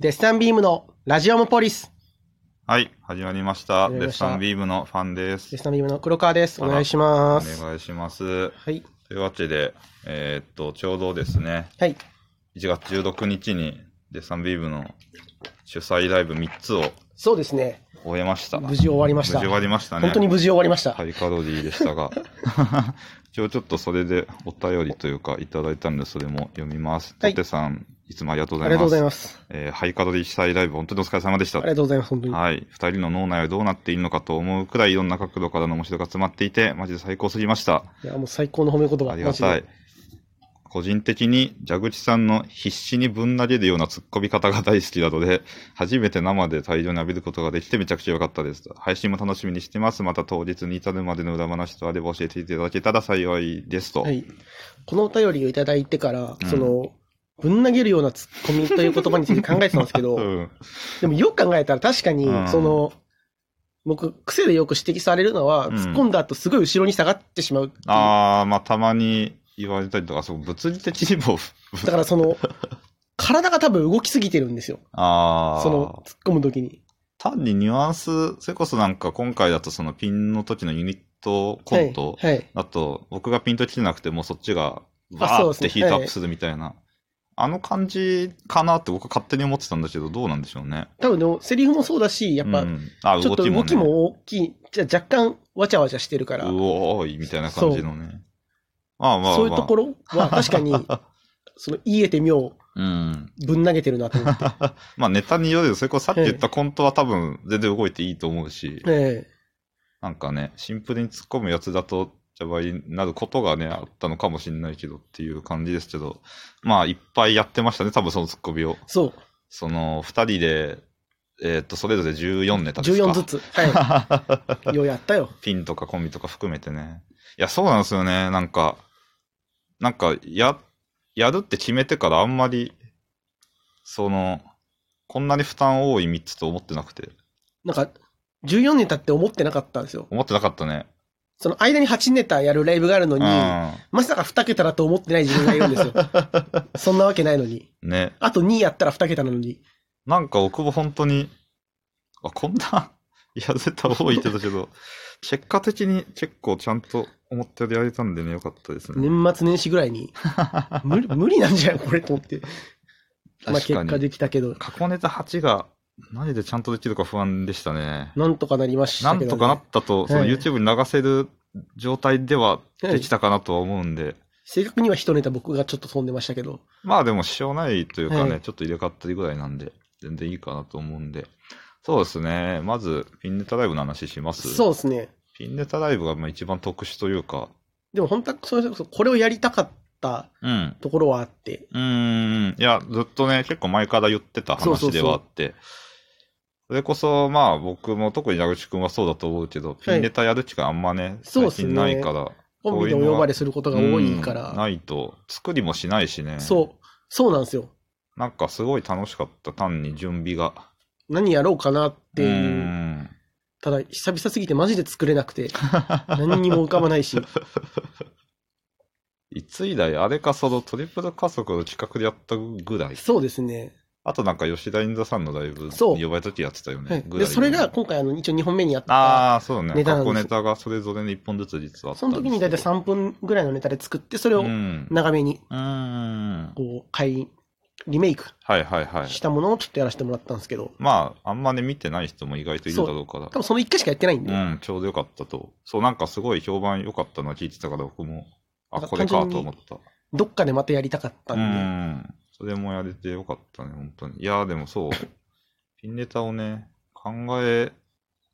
デッサンビームのラジオムポリス。はい、始まりました。始まりデまッしたサンビームのファンですデッ。サンビームの黒川です。お願いしまおす。願いします。はい。というわけで、えーっと、ちょうどですね、はい。 1月16日にデッサンビームの主催ライブ3つをそうですね。終えました。無事終わりました無事終わりましたね。本当に無事終わりました。ハイカロリーでし たが、一応ちょっとそれでお便りというかいただいたんで、それも読みます。はといてさん、いつもありがとうあごりざがとういまございす。ます。えーハイカロリー主催ライブ、本当にお疲れ様でしあたり。がとうございます。本当に。はい。二人の脳内はどうなっているのかと思うくらいいろんな角度からの面白が詰まっていて、マジで最高すぎました。いや、もう最高の褒め言葉。ありがたマい。個人的に蛇口さんの必死にぶん投げるような突っ込み方が大好きなので、初めて生で大量に浴びることができてめちゃくちゃ良かったです。配信も楽しみにしてます。また当日に至るまでの裏話とあれば教えていただけたら幸いですと。ジで。はい。このお便りをいただいてから、うんその、ぶん投げるようなツッコミという言葉について考えてたんですけど、 うん。でもよく考えたら確かにう、んその、僕、癖でよく指摘されるのは、うん突っ込んだ後すごい後ろに下がってしまうっていうあー、まあたまに言われたりとか、そう、物理的に も、だからその、体が多分動きすぎてるんですよ。あー。その、突っ込む時に。単にニュアンス、それこそなんか今回だとそのピンの時のユニットコント、はい。はいあと僕がピンと来てなくてもうそっちがあバそうでーっすねてヒートアップするみたいな。あの感じかなって僕は勝手に思ってたんだけど、どうなんでしょうね。多分でも、セリフもそうだし、やっぱ、うんあちょっと動きねも大きい。じゃあ若干、わちゃわちゃしてるから、うおーいみたいな感じのね。まあまあまあ。そういうところ は確かに、その、言えて妙、うん。ぶん投げてるなと思って。まあネタによるよ。それこそさっき言ったコントは多分全然動いていいと思うし。 えなんかね、シンプルに突っ込むやつだと邪魔になることがね、あったのかもしれないけどっていう感じですけど、まあ、いっぱいやってましたね、多分その突っ込みをえ。そう。その、二人で、えーっと、それぞれ14ネタですか。 14ずつ。 はい。ようやったよ。ピンとかコンビとか含めてね。いや、そうなんですよね、なんか、なんか、や、やるって決めてからあんまり、その、こんなに負担多い3つと思ってなくて、なんか、14ネタって思ってなかったんですよ。思ってなかったね。その間に8ネタやるライブがあるのうに、ん。まさか2桁だと思ってない自分がいるん ですよ。そんなわけないのに。ね。あと2やったら2桁なのに。なんか僕も本当に、あ、こんな、 いや、絶対多いけど けど、結果的に結構ちゃんと思ったよりやれたんでね、よかったですね。年末年始ぐらいに、無理、無理なんじゃないこれと思って。まあ確結かに果できたけど、過去ネタ8が、何でちゃんとできるか不安でしたね。なんとかなりましなたんけど、とね。かなったと、そのはい YouTube に流せる状態ではできたかなとは思うんで、正確には一ネタ僕がちょっと飛んでましたけど。まあでも支障ないというかはね、いちょっと入れ替わったりぐらいなんで、全然いいかなと思うんで。そうですね。まず、ピンネタライブの話します。そうですね。ピンネタライブがまあ一番特殊というか、でも本当はそれこそこれをやりたかったうん。ところはあって、うーん、いや、ずっとね、結構前から言ってたそうそうそう話ではあって、それこそ、まあ僕も特に矢口くんはそうだと思うけど、ピンネタやる機会あんまね、そうっ最すね近ないから、コンビでお呼ばれすることが多いかうんら、ないと、作りもしないしね、そう、そうなんですよ。う。なんかすごい楽しかった、単に準備が。何やろうかなってういう、ん。ただ久々すぎてマジで作れなく て、何にも浮かばないし、いつ以来、あれかそのトリプル加速の企画でやったぐらい。そうですね。あとなんか吉田インザさんのライブにそう呼ばれた時やってたよはねい。、ぐらで、いそれが今回あの、一応2本目にやった、ああ、そうね。ネタなん過です去ネタがそれぞれに1本ずつ実はあったそんのですけ時どに大体3分ぐらいのネタで作って、それをうん。長めに、うん。こう、買い、リメイクはいはいはい。したものをちょっとやらせてもらったんですけど、まあ、あんまね、見てない人も意外といるだろうから。多分その1回しかやってないんで、うん、ちょうどよかったと。そう、なんかすごい評判良かったのは聞いてたから、僕も、あ、なんかこれか単純にと思った。どっかでまたやりたかったうんで、ん。それもやれてよかったね、本当に。いやー、でもそう、 ピンネタをね、考え、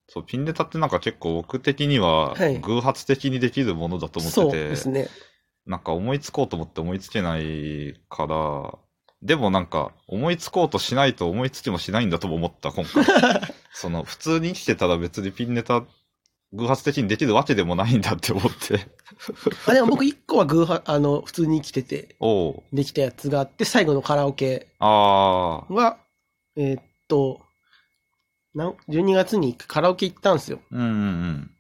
そう、ピンネタってなんか結構僕的にははい、偶発的にできるものだと思ってて、そうですね。なんか思いつこうと思って思いつけないから、でもなんか思いつこうとしないと思いつきもしないんだとも思った、今回。 その普通に生きてたら別にピンネタ、偶発的にできるわけでもないんだって思って。 あでも僕1個はグーハ、あの、普通に生きてて、おう。できたやつがあって、最後のカラオケああ。は、えーっと、なん12月にカラオケ行ったんですよ。うんうん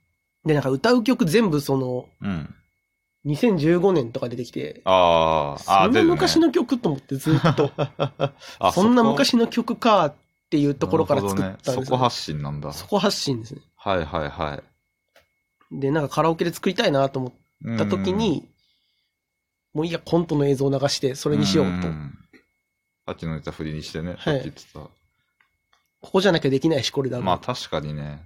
で、なんか歌う曲全部その、うん。うん。 2015年とか出てきて、あーあそー、ん出なるね昔の曲と思ってずっと、 あそんなこ昔の曲かっていうところから作ったんなでるすほどよね。そこ発信なんだ。そこ発信ですね。はいはいはい。で、なんかカラオケで作りたいなと思っうんた時、に、もういいや、コントの映像を流して、そこれにしようと。さっきの言った振りにしてね、いさっき言ってた。ここじゃなきゃできないし、これだろう。まあ確かにね、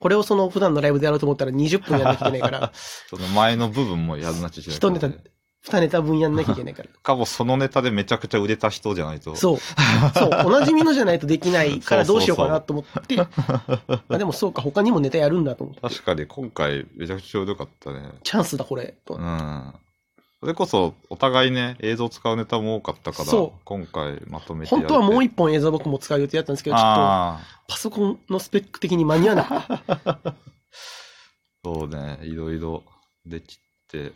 これをその普段のライブでやろうと思ったら20分やんなきゃいけないか ら、その前の部分もやらなきゃいけないか一ネらね、タ、二ネタ分やんなきゃいけない から。かもそのネタでめちゃくちゃ売れた人じゃないと。そう。そう。おなじみのじゃないとできないからそどううそうしそよううかなと思 って、あでもそうか、他にもネタやるんだと思って。確かに今回めちゃくちゃ良かったね。チャンスだ、これ。とうん。それこそお互いね、映像使うネタも多かったからそ、今回まとめて本やれて当はもう一本映像僕も使う予定だったんですけど、ちょっとああ、パソコンのスペック的に間に合わな くて、そうね、いろいろできて。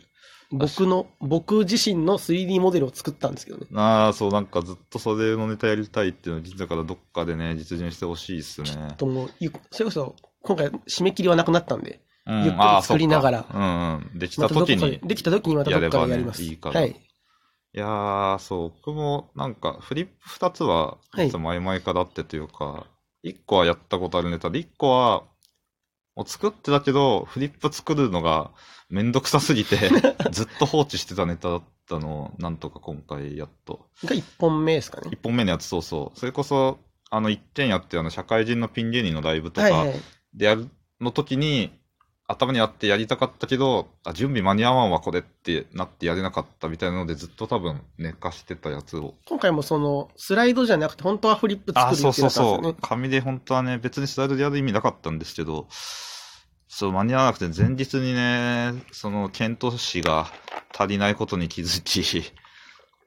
僕の、僕自身の 3D モデルを作ったんですけどね。ああ、そう、なんかずっとそれのネタやりたいっていうのを、実だからどっかでね、実現してほしいっすね。ともう、ゆそれこそ、今回締め切りはなくなったんで、うんゆっくりあー作りながらそっかうんうん。できまたたどこ時かにで、。できた時にまたどっかでやります。やればねいいからはい。いやー、そう、僕もなんか、フリップ2つは、はいいつも曖昧かだってというか、1個はやったことあるネタで、1個は、もう作ってたけど、フリップ作るのがめんどくさす ぎて、ずっと放置してたネタだったのを、なんとか今回やっと。が1本目ですかね1。本目のやつ、そうそう。それこそ、あの、一軒家ってあの、社会人のピン芸人のライブとはいかは、い。でやるの時に頭にあってやりたかったけどあ準備間に合わんわこれってなってやれなかったみたいなのでずっと多分寝かしてたやつを今回もその、スライドじゃなくて、本当はフリップ作あるそ予う定そだったんですうよそねう。紙で本当はね別にスライドでやる意味なかったんですけどそう間に合わなくて前日にねその検討士が足りないことに気づき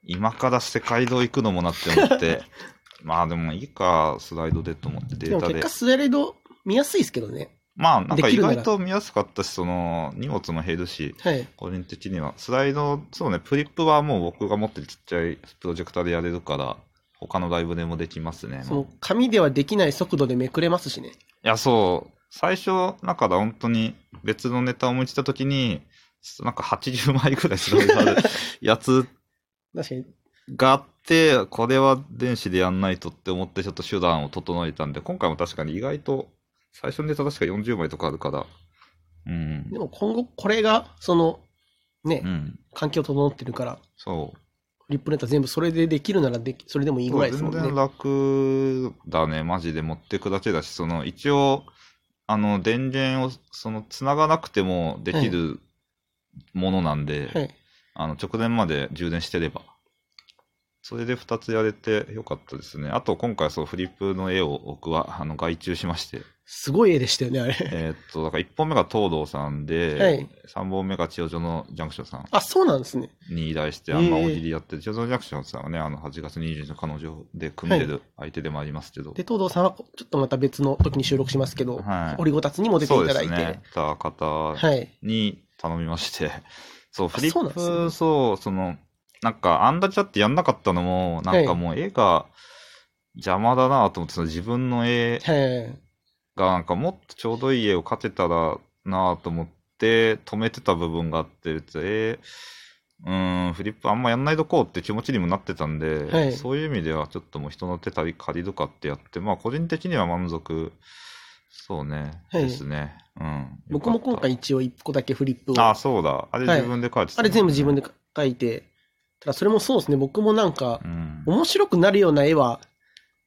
今から世界道行くのもなって思って まあでもいいかスライドでと思ってデでーもタで結果、スライド見やすいですけどね。まあなんかでき意るなら外と見やすかったしその荷物も減るしはい。個人的には。スライド、そうね、プリップはもう僕が持ってるちっちゃいプロジェクターでやれるから、他のライブでもできますね。その、紙ではできない速度でめくれますしね。いや、そう、最初、なんかだ本当に別のネタを思いついたときに、なんか80枚ぐらいスライドあるやつ確かに。があって、これは電子でやんないとって思ってちょっと手段を整えたんで、今回も確かに意外と、最初のネタ確か40枚とかあるから、うんで。も今後、これが、その、ねう、ん。環境整ってるから、そう。フリップネタ全部それでできるならでき、それでもいいぐらいですもん全然ね。楽だね、マジで持ってくだけだし、その一応、あの電源をその繋がなくてもできるものなんで、はい。あの直前まで充電してれば。それで2つやれてよかったですね。あと今回そうフリップの絵を僕はあの外注し まして、すごい絵でしたよね、あれ。えーっと、だから1本目が東堂さんで、はい3本目が千代女のジャンクションさんあ、そうなんですね。に依頼して、ええあんま大喜利やってる、ジョゾン・ジャクションさんはね、あの8月22日の彼女で組んでる相手でもありますけど、で、東堂さんは、ちょっとまた別の時に収録しますけど、はいオリゴタツにも出てそいうただですいて。ね、た方はい。に頼みまして、 そう、フリそうなんッでプ、すねそう,、その、なんか、アンダーチャってやんなかったのも、なんかもう絵が邪魔だなと思って、その自分の絵はい。が、なんかもっとちょうどいい絵を描けたらなと思って、止めてた部分があって、別に絵、うーん、フリップあんまやんないとこうって気持ちにもなってたんで、はいそういう意味ではちょっともう人の手借り借りるかってやって、まあ個人的には満足、そうね、はいですね。うん。僕も今回よ一応一個だけフリップを。かった、あ、そうだ。あれはい自分で書いてた、あれ全部自分で書いて、ただそれもそうですね、僕もなんかう、ん。面白くなるような絵は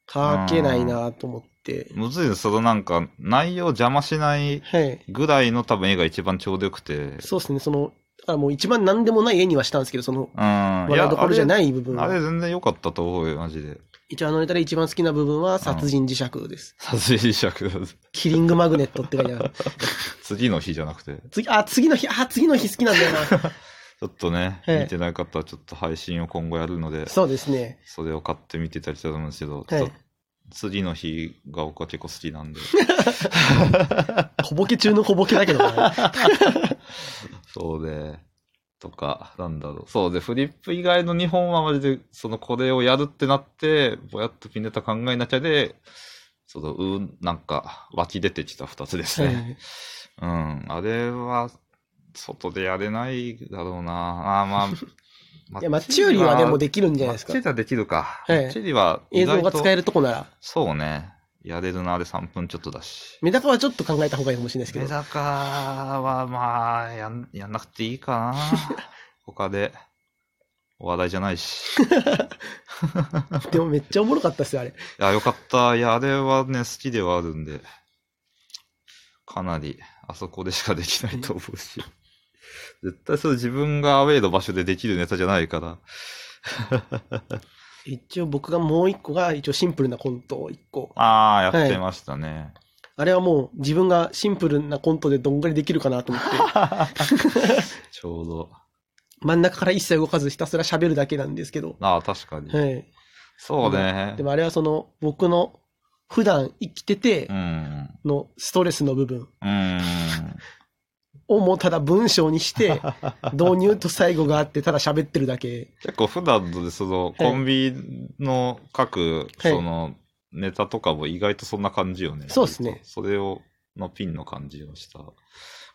描けないなと思って、むずいです。そのなんか、内容を邪魔しないはい。ぐらいの多分絵が一番ちょうどよくて、うん。いそうですね、その、だからもう一番何でもない絵にはしたんですけど、その、笑や、いどころじゃいない部分あれあれは。全然良かったと思うよ、マジで。一応あのネタで一番好きな部分は殺人磁石です。殺人尺だぜキリングマグネットって書いてある。 次の日じゃなくて、次、あ、次の日、あ、次の日好きなんだよな。ちょっとね、はい見てない方はちょっと配信を今後やるので、そうですね。それを買って見てたりしたと思うんですけど、はいちょっと次の日が僕は結構好きなんで、小ボケ中の小ボケだけどな。そうで、とか、なんだろう。そうで、フリップ以外の2本はマジで、そのこれをやるってなって、ぼやっとピンネタ考えなきゃで、その、うん、なんか、湧き出てきた2つですはね。いうん、あれは、外でやれないだろうな。あー まあ、マいや、まあ、チューリーはでもきるできるんんじゃないですかチェ。リーはできるか。はいチェリーは映像が意外と使えるとこなら。そうね。やれるな、あれ3分ちょっとだし。メダカはちょっと考えた方がいいかもしれないですけメど。ダカは、まあ、やん、やんなくていいかな。他で。お話題じゃないし。いでもめっちゃおもろかったっすよ、あれ。や、よかった。いや、あれはね、好きではあるんで。かなり、あそこでしかできないと思うし。絶対そう自分がアウェイの場所でできるネタじゃないから。一応僕がもう一個が、一応シンプルなコントを一個。ああ、やっはていましたね。あれはもう自分がシンプルなコントでどんぐらいできるかなと 思って、ちょうど。真ん中から一切動かずひたすら喋るだけなんですけど。ああ、確かに。はい。そうねで。もあれはその、僕の普段生きててうん。のストレスの部分うーん。をもうただ文章にして、 導入と最後があってただ喋ってるだけ。結構普段のでそのコンビの各はいそのネタとかも意外とそんな感じよね。そうっすねそれをのピンの感じをした。い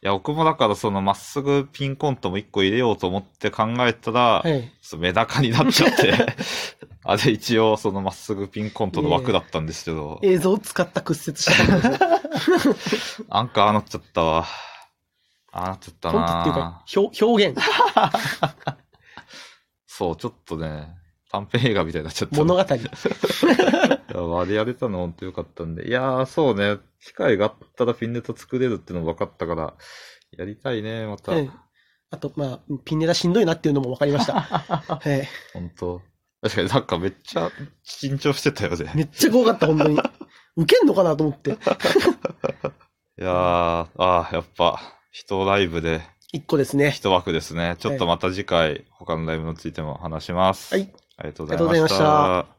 や、僕もだからそのまっすぐピンコントも一個入れようと思って考えたら、はい。そうメダカになっちゃ って、あれ一応そのまっすぐピンコントの枠だったんですけど、映像を使った屈折した。アンカーなっちゃったわ。ああなっちゃったコントっていうなか、表表現、そう、ちょっとね、短編映画みたいになっちゃったな。物語。いやあれやれたの本当よかったんで。いやー、そうね。機会があったらピンネタ作れるってのも分かったから、やりたいね、また。はいあと、まあ、ピンネタしんどいなっていうのも分かりました。 はい。本当確かになんかめっちゃ緊張してたよね。めっちゃ怖かった、本当に。受けんのかなと思って。いやー、ああ、やっぱ、人ライブで、一個ですね。一枠ですね。ちょっとまた次回、他のライブについても話します。はい。ありがとうありがとうございました。